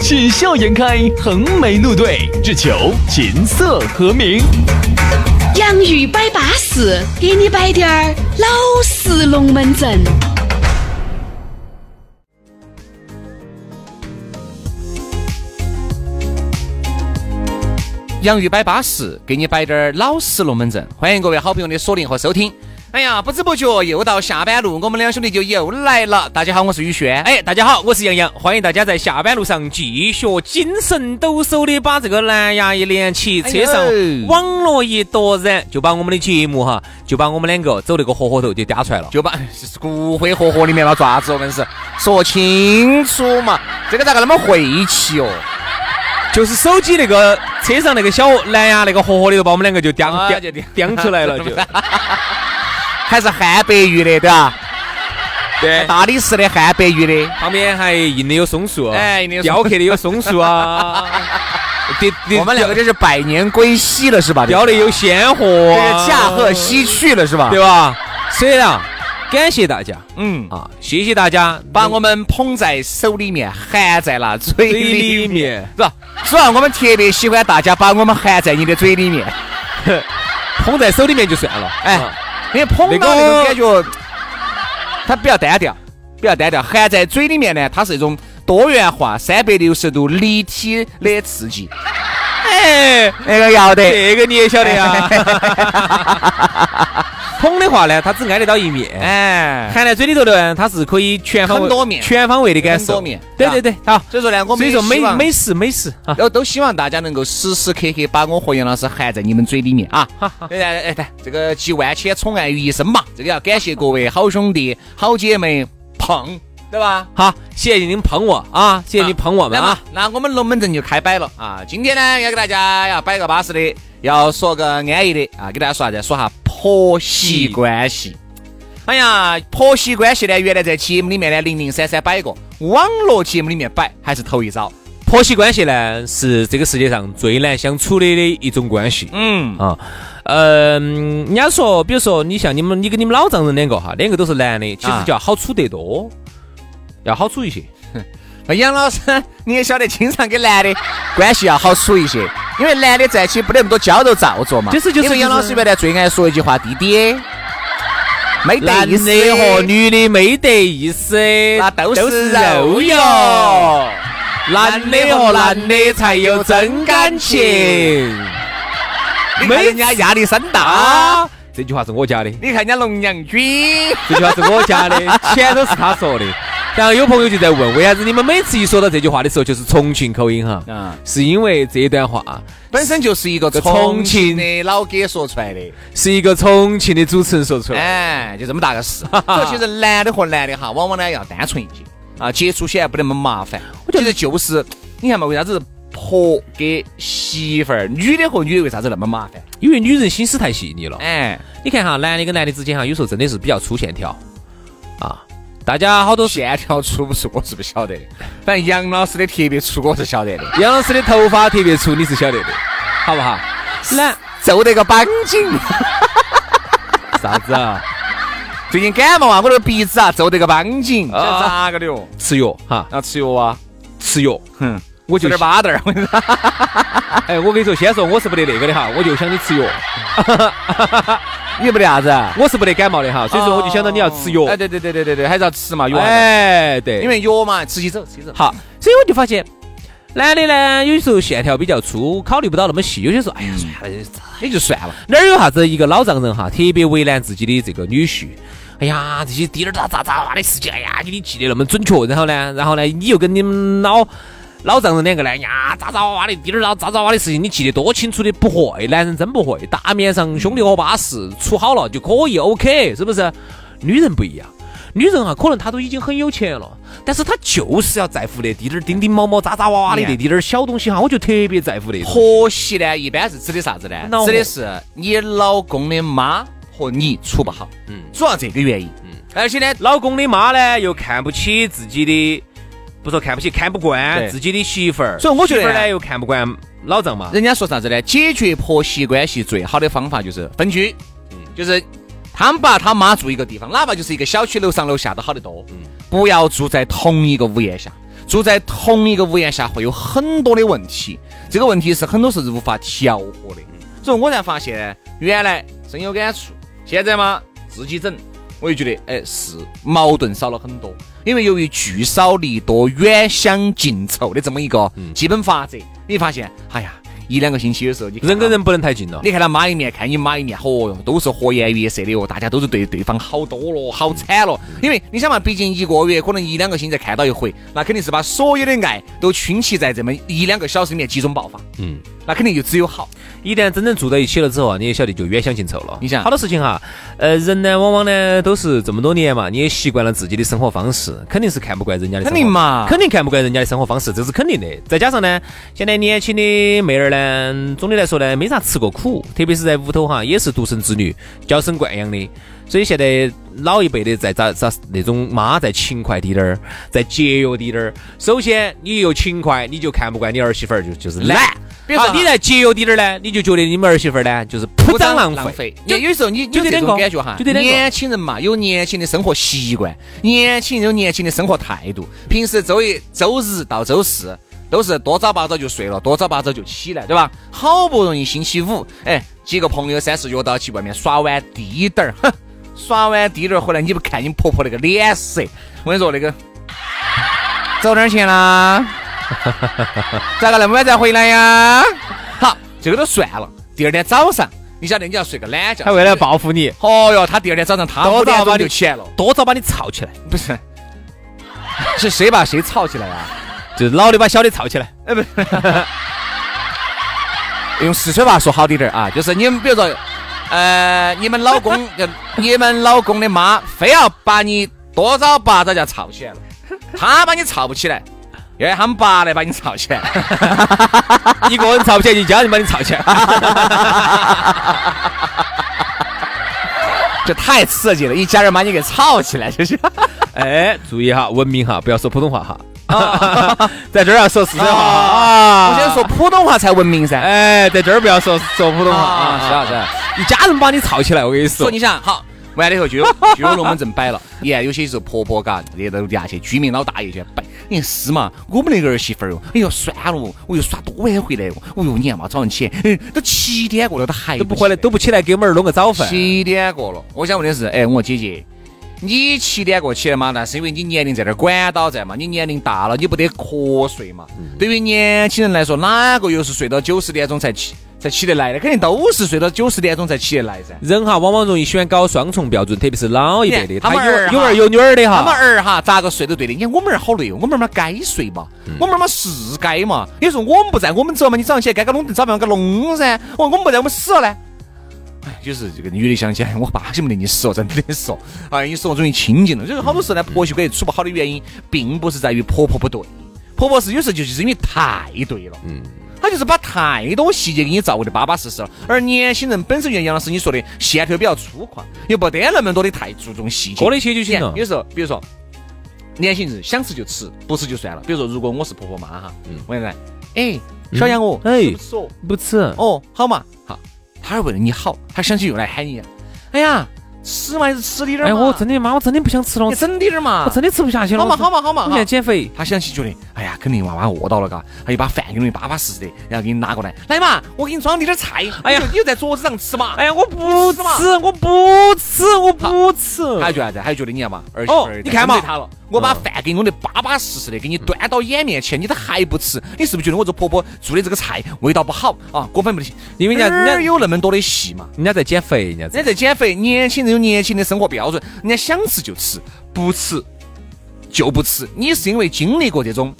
喜笑颜开，横眉怒对，只求琴瑟和鸣。洋芋摆巴士，给你摆点儿老式龙门阵。洋芋摆巴适，给你摆点儿老实龙门阵。欢迎各位好朋友的锁定和收听。哎呀，不知不觉又到下班路，我们两兄弟就又来了。大家好，我是宇轩。哎，哎，大家好，我是杨洋，欢迎大家在下班路上继续精神抖擞的把这个蓝牙一连起，车上哎呦网络一夺燃，就把我们的节目哈，就把我们两个走那个火火头就嗲出来了。就把是骨灰盒盒里面嘛爪子，我们是说清楚嘛，这个咋个那么晦气哦？就是手机那个车上那个小蓝牙那个火火里头，把我们两个就啊嗲就嗲嗲嗲出来 了，就还是汉白玉的，对吧？对。大理石的汉白玉的，旁边还印的有松树，哎印的有松雕刻的有松树 啊，雕我们两个就是百年归西了，是吧？雕的有鲜活这啊，个驾鹤西啊去了，是吧？对吧？所以啊，感谢大家。嗯，啊，谢谢大家把我们捧在手里面，含在那嘴嘴里里面是吧？主要我们特别喜欢大家把我们含在你的嘴里面，捧在手里面就算了。哎啊，因为捧那到那个种感觉，它比较单调，比较单调。含在嘴里面呢，它是一种多元化、三百六十度立体的刺激。哎，那个要得，这个你也晓得 呀。捧的话呢，它只挨得到一面。哎，含在嘴里头的呢，它是可以全方位、很多面全方位的感受。很多面对对对，好。所以说呢，我们所以也说希美望美食美食啊，都都希望大家能够时时刻刻把我和杨老师含在你们嘴里面啊！哎哎哎哎，这个集万千宠爱于一身嘛，这个要感谢各位好兄弟、好姐妹碰，对吧？好，谢谢您捧我啊，谢谢你捧我们那么啊。，那我们龙门阵就开摆了啊！今天呢，要给大家要摆个巴适的，要说个安逸的啊，给大家说啥子？说下婆媳关系。哎呀，婆媳关系呢，原来在节目里面呢零零散散摆过，网络节目里面摆还是头一遭。婆媳关系呢，是这个世界上最难相处的的一种关系。嗯，啊，嗯，人家说，比如说你像你们，你跟你们老丈人两个哈，两个都是男的，其实啊就要好处得多，要好处一些。那哎杨老师，你也晓得，经常跟男的关系要好处一些，因为男的在一起不得那么多矫揉造作嘛。这是就是因为杨老师原来最爱说一句话：“弟弟，没得男意思，哦的哦和女的没得意思，那都是肉哟。哟。”男的和男的才有真感情。你看人家压力山大，啊，这句话是我家的，你看人家龙阳君，这句话是我家的，前头是他说 的。然后有朋友就在问，为啥子你们每次一说到这句话的时候就是重庆口音哈？啊，是因为这段话本身就是一个重庆的老哥说出来的，是一个重庆的主持人说出来。哎，就这么大个 事。所以其实男的和男的哈，往往呢要单纯一些啊，接触起来不那么麻烦。我觉得就是，你看嘛，为啥子婆给媳妇儿，女的和女的为啥子那么麻烦？因为女人心思太细腻了。哎，你看哈，男的跟男的之间哈，有时候真的是比较粗线条啊。大家好多 线条出不出我是不晓 得的，反正杨老师的特别出我是晓得 的，杨老师的头发特别粗，你是晓得的，好不好？男皱得个绑紧。啥子啊？最近感冒啊，我这个鼻子啊皱得个绷紧，这啊咋个的哟？吃药哈，要吃药啊？吃药。哼，我吃就点巴豆儿，我跟你说，哎，我跟你说，先说我是不得那个的哈，我就想你吃药， 你不得啥子啊？我是不得感冒的哈，所以说我就想到你要吃药哎，。对对对对对对，还是要吃嘛药啊，哎，对，因为药嘛，吃起走，吃起走。好，所以我就发现。男的呢，有时候线条比较粗，考虑不到那么细。有些时候，哎呀，算了，也就算了。哪儿有啥子一个老丈人哈，特别为难自己的这个女婿。哎呀，这些滴点儿咋咋咋哇的事情，哎呀，给你记得那么准确。然后呢，然后呢，你又跟你们老老丈人两个呢，哎呀，咋咋哇哇的滴点儿咋咋咋哇的事情，你记得多清楚的，不会，男人真不会。大面上兄弟伙巴适，处好了就可以，OK，是不是？女人不一样，女人啊哈、可能她都已经很有钱了，但是她就是要在乎那滴点儿叮叮毛毛、渣渣哇哇的那滴点儿小东西哈，我就特别在乎那种。婆媳呢，一般是指的啥子呢？恼火指的是你老公的妈和你处不好，嗯，主要这个原因。嗯，而且呢，老公的妈呢，又看不起自己的，不说看不起，看不惯对自己的媳妇儿，所以我觉得媳妇儿呢呢又看不惯老丈嘛。人家说啥子呢？解决婆媳关系最好的方法就是分居，就是他爸他妈住一个地方，哪怕就是一个小区楼上楼下都好得多。嗯不要住在同一个屋檐下，住在同一个屋檐下会有很多的问题，这个问题是很多是无法调和嗯的。所以我才发现，原来深有感触，现在嘛自己整，我就觉得哎是矛盾少了很多。因为由于聚少离多、远香近臭的这么一个嗯基本法则，你发现，哎呀，一两个星期的时候，你看人跟到人不能太近了。啊你看他妈一面，看你妈一面，嚯哟，都是和颜悦色的哟，大家都是对对方好多了，好惨了。因为你想嘛，毕竟一个月可能一两个星期才看到一回，那肯定是把所有的爱都倾其在这么一两个小时里面集中爆发。嗯，那肯定就只有好。一旦真正住在一起了之后啊，你也晓得就远香近臭了。你想好多事情哈，呃，人呢往往呢都是这么多年嘛，你也习惯了自己的生活方式，肯定是看不惯人家的生活。肯定嘛肯定看不惯人家的生活方式，这是肯定的。再加上呢，现在年轻的妹儿呢，总的来说呢，没啥吃过苦，特别是在屋头哈，也是独生子女，娇生惯养的。所以现在老一辈的在咋咋那种妈在勤快滴点儿，在节约滴点儿。首先你又勤快，你就看不惯你儿媳妇儿，就就是懒。比如说啊你在节约滴点儿呢，你就觉得你们儿媳妇儿呢就是铺张浪浪费费。。就你有时候你就有这这两种个感觉哈，就这两个年轻人嘛，有年轻的生活习惯，年轻人有年轻的生活态度。平时周一、周日到周四都是多早八早就睡了，多早八早就起来，对吧？好不容易星期五，哎，几个朋友三四约到去外面耍完滴点儿，哼，耍完滴点儿回来，你不看你婆婆那个脸色，我跟你说那个，走哪儿去 啦？咋个那么晚才回来呀？好，这个都算了。第二天早上，你晓得你要睡个懒觉，他为了报复你，哦哟，他第二天早上他多早五点把钟你就起来了，多早把你吵起来，不是， 是谁把谁吵起来啊？就是老的把小的吵起 来。用四川话说好滴点儿啊，就是你们比如说，呃，你们老公， 就你们老公的妈非要把你多早八早就要吵起来了，他把你吵不起来，要让他们爸来把你吵起来。一个人吵不起来，一家人把你吵起来。 这太刺激了，一家人把你给吵起来，这是。哎，注意哈，文明哈，不要说普通话哈。 在这儿要说四川话啊！哦我先说，普通话才文明噻。哎，在这儿不要说说普通话啊啊！是啊是啊，一家人把你吵起来，我跟你说说你。想好，完了以后 就有就有龙门阵摆了。你看有些时候婆婆嘎，那楼底下去居民老大爷去摆，你看是嘛？我们那个儿媳妇儿哦，哎呦算了哦，我又耍多晚回来哦，哦哟你看嘛，早上起，嗯，都七点过了，都还都不回来，起都不起来给我们儿弄个早饭。七点过了。我想问的是，哎，我姐姐。你七点过起来嘛？那是因为你年龄在那儿管到在嘛，你年龄大了，你不得瞌睡嘛。嗯对于年轻人来说，哪个又是睡到九十点钟才起才起得来的？肯定都是睡到九十点钟才起得来噻。人哈，往往容易喜欢搞双重标准，特别是老一辈的，他他们儿有哈有儿有女儿的他们哈。儿哈，咋个睡都对的。你看我们儿好累哦，我们儿嘛该睡嘛，嗯我们儿嘛是该嘛。有时候我们不在，我们走嘛，你早上起来该该弄顿早饭该弄噻。哦，我们不在，我们死了呢。哎，就是这个女的想起来，我爸晓不得你死哦，真的是哦。哎，你说我终于清静了。就是好多时候呢，嗯婆媳关系处不好的原因，并不是在于婆婆不对，婆婆是有时候就是因为太对了。嗯。她就是把太多细节给你照顾的巴巴适适了，而年轻人本身就像杨老师你说的，线条比较粗犷，又不得那么多的太注重细节。过了一些就行了。有时候，比如说，年轻人想吃就吃，不吃就算了。比如说，如果我是婆婆妈哈，我跟你哎，小杨哦，嗯嗯哎吃不吃哦？不吃，哦，好嘛，好。他是为了你好，他想起用来喊你，哎呀，吃嘛还是吃点儿嘛，哎，我真的妈，我真的不想吃了你，整点儿嘛，我真的吃不下去了。好嘛好嘛，嘛好嘛，我现在哈减肥。他想起觉得，哎呀，肯定娃娃饿到了嘎，他就把饭给你巴巴适适的，然后给你拿过来，来嘛，我给你装点点菜，哎呀你就你就在桌子上吃嘛。哎呀，我不吃嘛吃，哎我不吃，我不吃。他觉得啥子？他觉得你看嘛，儿媳哦妇儿你看嘛他了，我把饭给你弄得巴巴适适的，给你端到眼面前，你都还不吃，你是不是觉得我这婆婆做的这个菜味道不好啊？过分不行，因为人家人家哪儿有那么多的戏嘛？人家在减肥，人家在人家在减肥，年轻人有年轻的生活标准，人家想吃就吃，不吃就不吃。你是因为经历过这种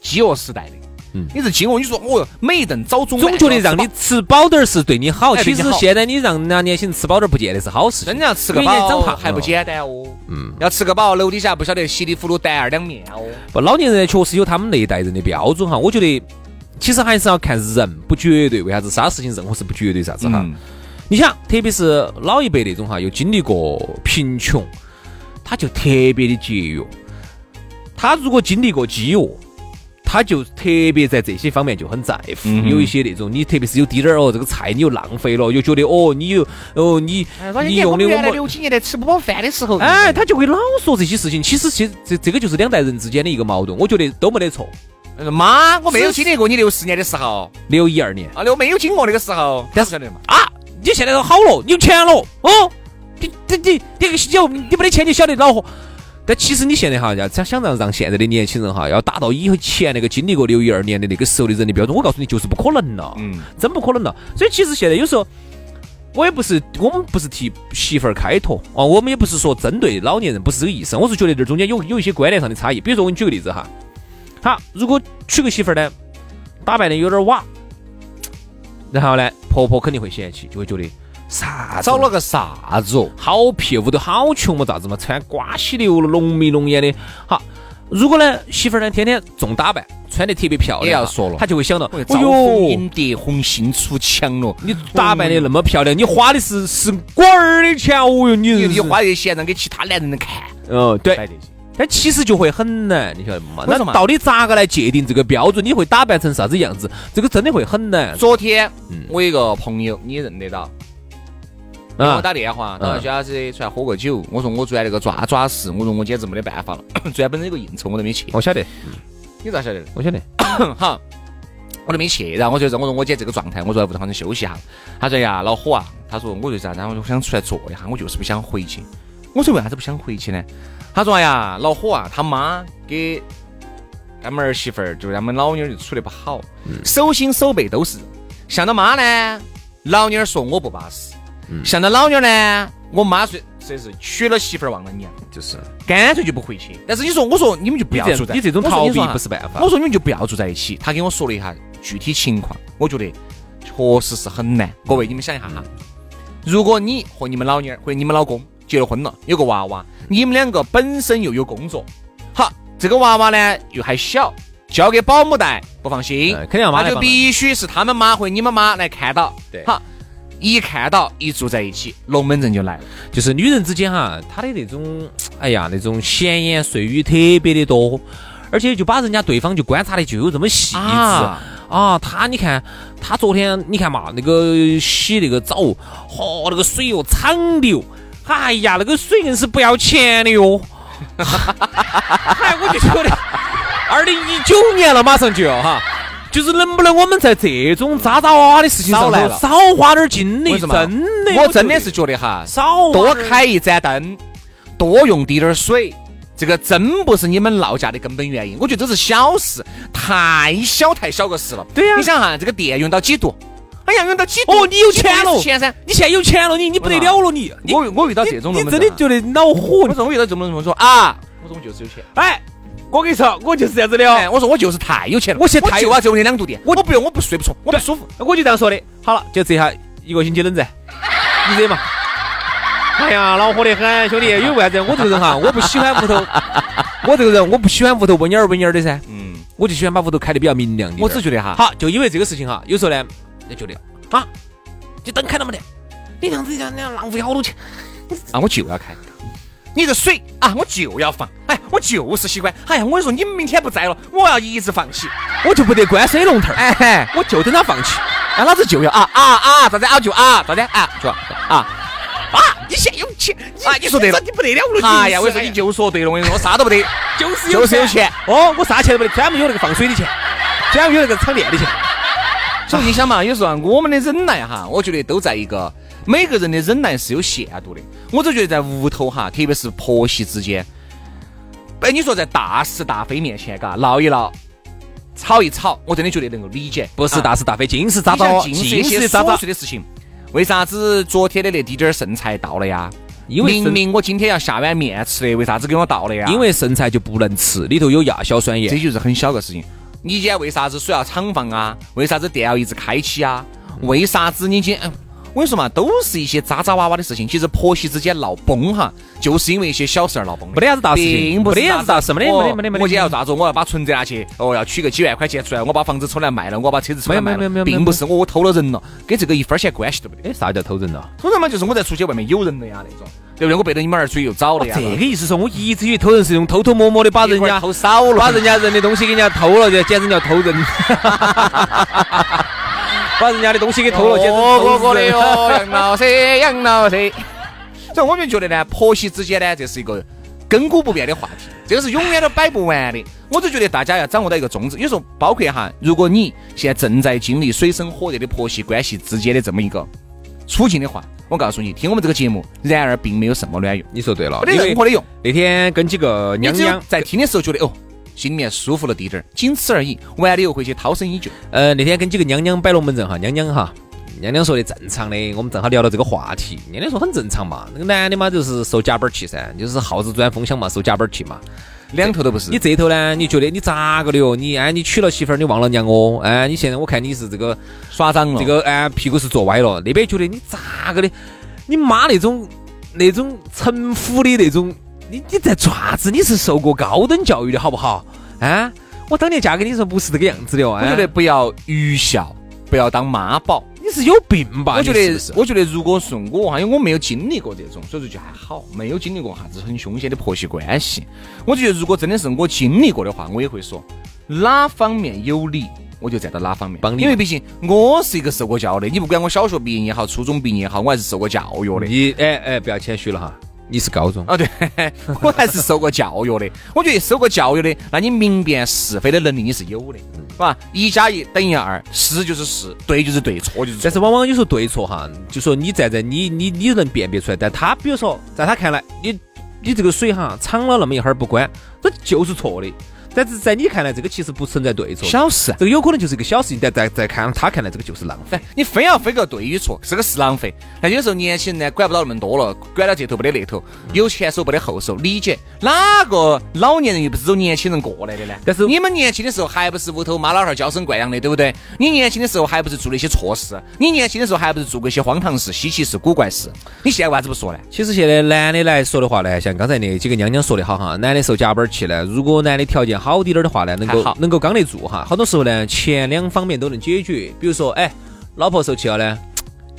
饥饿时代的，你是经过你说我哟每一顿早中晚嗯总觉得让都你要吃吃饱点儿是对你好。哎对其你实好现在你让人家年轻人吃饱点儿，不见得是好事饱真情。的要吃个因为人饱家长胖还不了简单哦，嗯，要吃个饱，楼底下不晓得稀里糊涂担二两面哦。嗯不，老年人确实有他们那一代人的标准哈。我觉得其实还是要看人，不绝对。为啥子啥事情任何事不绝对啥子哈？嗯你想，特别是老一辈那种哈，又经历过贫穷，他就特别的节约。他如果经历过饥饿，他就特别在这些方面就很在乎。嗯哼有一些那种，你特别是有滴点儿哦，这个菜你又浪费了，又觉得哦，你又哦你哎你用的我们几年代吃不饱饭的时候哎，哎，他就会老说这些事情。其实其实这这个就是两代人之间的一个矛盾，我觉得都没得错。他妈，我没有经历过你六十年的时候六一二年，啊，我没有经过那个时候，但是晓得嘛，啊，你现在都好了，你有钱了，哦，你你你你个小你没得钱就晓得恼火。但其实你现在哈，要想想让让现在的年轻人哈，要达到以前那个经历过六一二年的那个时候的人的标准，我告诉你就是不可能了，嗯，真不可能了。所以其实现在有时候。我也不是，我们不是替媳妇儿开脱啊，我们也不是说针对老年人，不是这个意思。我是觉得这中间有有一些观念上的差异。比如说，我给你举个例子哈，好，如果娶个媳妇儿呢，打扮的有点瓦，然后呢，婆婆肯定会嫌弃，就会觉得啥子找了个啥子哦？好撇，屋头好穷嘛，咋子嘛，穿瓜稀流浓眉浓眼的。好，如果呢媳妇儿呢天天重打扮，穿得特别漂亮，啊也要说了她就会想到，我哎招蜂呦，引蝶，红杏出墙了。你打扮的那么漂亮，你花的是是官儿的钱，哦哟，你你你你花这些钱让给其他男人看，嗯摆对这些，但其实就会很难，你晓得吗？为那什么到底咋个来界定这个标准？你会打扮成啥子样子？这个真的会很难昨天嗯我有一个朋友，你认得到，给我啊！打电话，嗯当时小伙子出来喝个酒，我说我昨天那个抓抓屎，我说我简直没得办法了， 昨天本身有个应酬我都没去，我晓得，你咋晓得的？我晓得， 好，我都没去。然后我就我说我姐这个状态，我说在屋头好生休息一下。他说哎呀，老火啊，他说我就啥，然后我就想出来坐一下，我就是不想回去。我说为啥子不想回去呢？他说哎呀，老火啊，他妈给俺们儿媳妇儿，就是俺们老妞儿就处得不好，嗯手心手背都是肉。像他妈呢，老妞儿说我不巴适；嗯像他老妞儿呢，我妈说这是娶了媳妇儿忘了娘，就是干脆就不回去。但是你说，我说你们就不你要住这在你这种我说逃避你说啊不是办法我。说你们就不要住在一起。他跟我说了一下具体情况，我觉得确实是很难。各位，你们想一下哈，如果你和你们老娘儿或者你们老公结了婚了，有个娃娃，你们两个本身又有工作，好，这个娃娃呢又还小，交给保姆带不放心，哎肯定要妈来那就帮必须是他们妈或者你们妈来看到。对好，一看到一住在一起，龙门阵就来了。就是女人之间哈，她的那种，哎呀，那种闲言碎语特别的多，而且就把人家对方就观察的就有这么细致啊啊她你看，她昨天你看嘛，那个洗那个澡，嚯、那个水哟淌流，哎呀，那个水硬是不要钱的哟。哎，我就觉 得，二零一九年了，马上就要哈。就是能不能我们在这种渣渣哇哇的事情少上来头了少花点精力？为真什么的，我觉真的得是觉得哈，少花多点开一盏灯，多用滴点儿水，这个真不是你们闹架的根本原因。我觉得这是小事，太小太小个事了。对呀你想哈，这个电用到几度？哎呀，用到几度？哦，你有几度钱也了，是钱噻。你现在有钱了，你你不得了了，你你我我遇到这种你龙你门真的阵哈觉得恼火我。说我遇到这种人，我说啊，我说我就是有钱。哎，我跟你说，我就是这样子的哦哎，。我说我就是太有钱了，我现在太就要这屋里两度电，我我不用，我不睡不着，我不舒服。哎我就这样说的。好了，就这下一个星期冷战，你惹嘛？ 哎呀，恼火得很，兄弟。因为为啥子？我这个人哈，我不喜欢屋头， 我这个人我不喜欢屋头温眼儿温眼儿的噻，嗯，我就喜欢把屋头开得比较明亮一点。我只觉得哈，好，就因为这个事情哈，有时候呢，就觉得啊，就灯开了没得，你这样子这样那样浪费好多钱。啊，我就要开。你这水啊，我就要放。哎，我就是喜欢。哎呀，我跟你说，你们明天不在了，我要一直放起。我就不得关水龙头儿，哎，我就等它放气。啊，老子就要啊啊啊！咋子啊就啊，咋子啊就啊啊啊！你现在有钱啊？你说对了，你不得了了！哎呀，我跟你说，你就说对了，我跟你说，我啥都不得，就是就是有钱。哦，我啥钱都没得，专门有那个放水的钱，专门有那个场练的钱。所以你想嘛，有时候啊我们的忍耐哈，我觉得都在一个每个人的忍耐是有限度的。我只觉得在屋头哈，特别是婆媳之间，哎，你说在大是大非面前，嘎，闹一闹，吵一吵，我真的觉得能够理解。不是啊大是大非，尽是咋你咋，像近视一些咋琐咋碎，的事情，为啥子昨天的那滴点儿剩菜到了呀？因为明剩明我今天要下碗面吃的，为啥子给我倒了呀？因为剩菜就不能吃，里头有亚硝酸盐。这就是很小个事情。你今天为啥子水要厂房啊？为啥子店要一直开起啊？为啥子你今天？嗯我跟你说嘛，都是一些渣渣哇哇的事情。其实婆媳之间闹崩哈，就是因为一些小事儿闹崩没的，得啥子大事情并不是没得啥子大事没得哦没得没得没得我今天要咋子？我要把存折拿去，哦，要取个几万块钱出来，我把房子抽来卖了，我把车子抽来卖了，没有没有没有没有并不是我偷了人了，跟这个一分钱关系都没得。哎，啥叫偷人了？通常嘛，就是我在出去外面有人了呀那种，对不对？我背着你们儿追又找了呀。哦这个意思说，我一直以为偷人是一种偷偷摸摸的把一人会儿家偷少了，把人家人的东西给人家偷了，这简直叫偷 人。把人家的东西给偷了，简直哦，偷 我的人。哟，杨老师，杨老师。所以我就觉得呢，婆媳之间呢，这是一个亘古不变的话题，这个是永远都摆不完的。我就觉得大家要掌握到一个宗旨，有时候包括哈，如果你现在正在经历水深火热的婆媳关系之间的这么一个处境的话，我告诉你，听我们这个节目，然而并没有什么卵用， 你说对了，没因得为任何的用。那天跟几个你娘只有娘，在听的时候觉得哦，心里面舒服了滴点儿，仅此而已。完了以后回去涛声依旧。呃，那天跟几个娘娘摆龙门阵哈，娘娘哈。娘娘说的正常的，我们正好聊到这个话题。娘娘说很正常嘛，那个男的嘛就是受夹板儿气噻，就是耗子钻风箱嘛，受夹板儿气嘛。两头都不是你。这头呢，你觉得你咋个的哟？你哎，你娶了媳妇儿，你忘了娘哦？哎，你现在我看你是这个耍脏了这个哎屁股是坐歪了，那边觉得你咋个的？你妈那种那种城府的那种，你你在做啥子？你是受过高等教育的好不好？啊，我当年嫁给你的时候不是这个样子的哦。我哎、觉得不要愚孝，不要当妈宝。你是有病吧？我觉你得是不，是我觉得如果是我哈，因为我没有经历过这种，所以说就还好，没有经历过啥子很凶险的婆媳关系。我就觉得，如果真的是我经历过的话，我也会说哪方面有理，我就站到哪方面帮你因为毕竟我是一个受过教育的，你不管我小学毕业也好，初中毕业也好，我还是受过教育的。你哎哎不要谦虚了哈，你是高中。啊，对，我还是受过教育的。我觉得受过教育的，那你明辨是非的能力你是有的，是吧？一加一等于二，是就是是，对就是对，错就是错。但是往往有时候对错哈，就说你站在你你你能辨别出来，但他比如说在他看来，你你这个水哈淌了那么一会儿不关，这就是错的。但是在你看来，这个其实不存在对错，小事啊，这个有可能就是一个小事情，但在在看他看来，这个就是浪费。哎，你非要分个对与错，这个是浪费。那有时候年轻人呢，管不到那么多了，管到这头不得那头，有前手不得后手，理解。哪个老年人又不是走年轻人过来的呢？但是你们年轻的时候还不是屋头妈老汉儿娇生惯养的，对不对？你年轻的时候还不是做了一些错事？你年轻的时候还不是做过一些荒唐事、稀奇事、古怪事？你现在为啥子不说呢？其实现在男的来说的话呢，像刚才那几个娘娘说的好哈，男的受夹板儿气呢，如果男的条件好滴点儿的话呢，能还够好能够刚得住哈，好多时候呢，前两方面都能解决。比如说，哎，老婆受气了呢，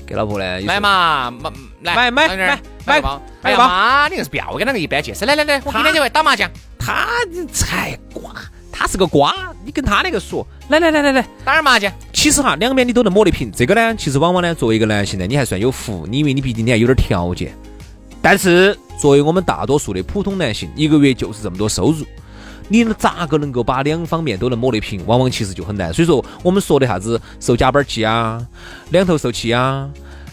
给老婆呢有时候来嘛，买来买买买点儿买买个包。买哎个呀包妈，你硬是不要跟那个一般见识。来来来，我跟天就会打麻将，他才瓜，他是个瓜，你跟他那个说，来来来来来，打点儿麻将。其实哈，两边你都能摸得平。这个呢，其实往往呢，作为一个男性呢，你还算有福，你因为你毕竟你还有点条件。但是作为我们大多数的普通男性，一个月就是这么多收入，你咋个能够把两方面都能摸得平？往往其实就很难。所以说，我们说的啥子受夹板气啊，两头受气啊，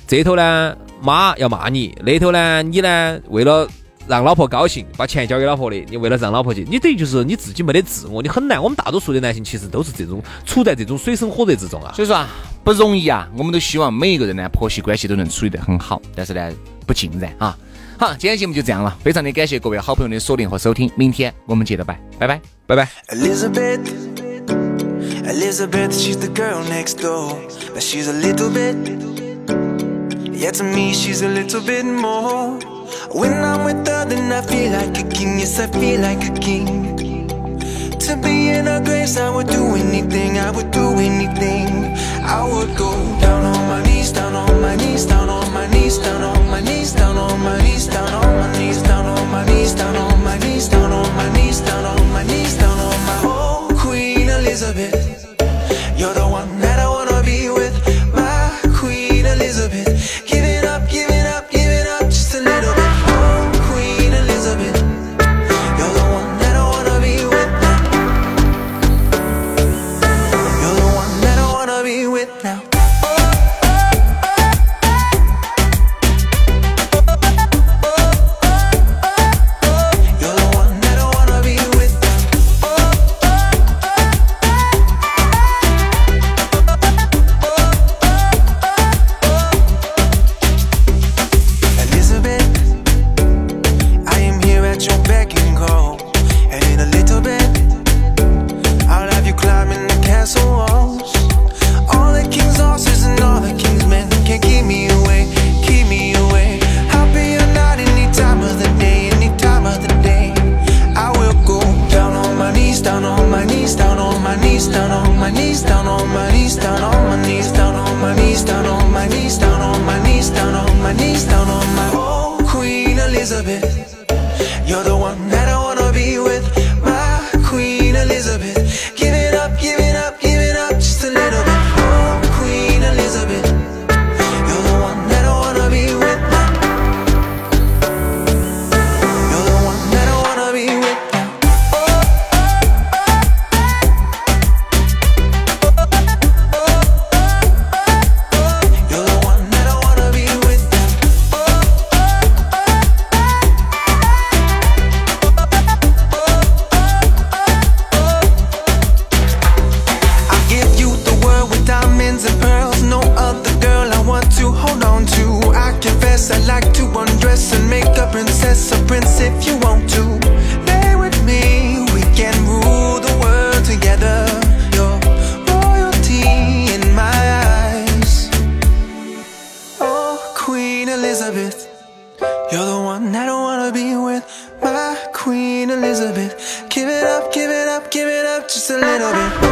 这头呢妈要骂你，那头呢你呢为了。让老婆高兴，把钱交给老婆的，你为了让老婆去，你等于就是你自己没得自我，你很难。我们大多数的男性其实都是这种处在这种水深火热之中啊。所以说啊，不容易啊，我们都希望每一个人呢，婆媳关系都能处理得很好，但是呢，不尽然啊。好，今天节目就这样了，非常的感谢各位好朋友的锁定和收听，明天我们接着拜，拜拜。拜拜。 Elizabeth. Elizabeth, she's the girl next door. But she's a little bit. Yeah, to me, she's a little bit more. When I'm with her, then I feel like a king. Yes, I feel like a king. To be in her grace, I would do anything. I would do anything. I would go down on my knees, down on my knees, down on my knees, down on my knees, down on my knees, down on my knees, down on my knees, down on my knees, down on my knees, down on my knees, down on my oh Queen Elizabeth. You're the one that I wanna be with, my Queen Elizabeth. Giving up, giving up, giving up just a little bit. Oh, Queen Elizabeth, you're the one that I wanna be with. You're the one that I wanna be with now. Oh, Oh, Elizabeth. You're the one that I wanna be with, my Queen Elizabeth. Give it up, give it up, give it up just a little bit. Oh, Queen Elizabeth. You're the one that I wanna be with. my- You're the one that I wanna be with. my- You're the one that I wanna be with. my- I give you the world with diamonds and pearls. No other girl I want to hold on to. I confess I like to undress and make a princess a prince if you want to. Lay with me, we can rule the world together. You're royalty in my eyes. Oh, Queen Elizabeth. You're the one that I wanna be with, my Queen Elizabeth. Give it up, give it up, give it up just a little bit.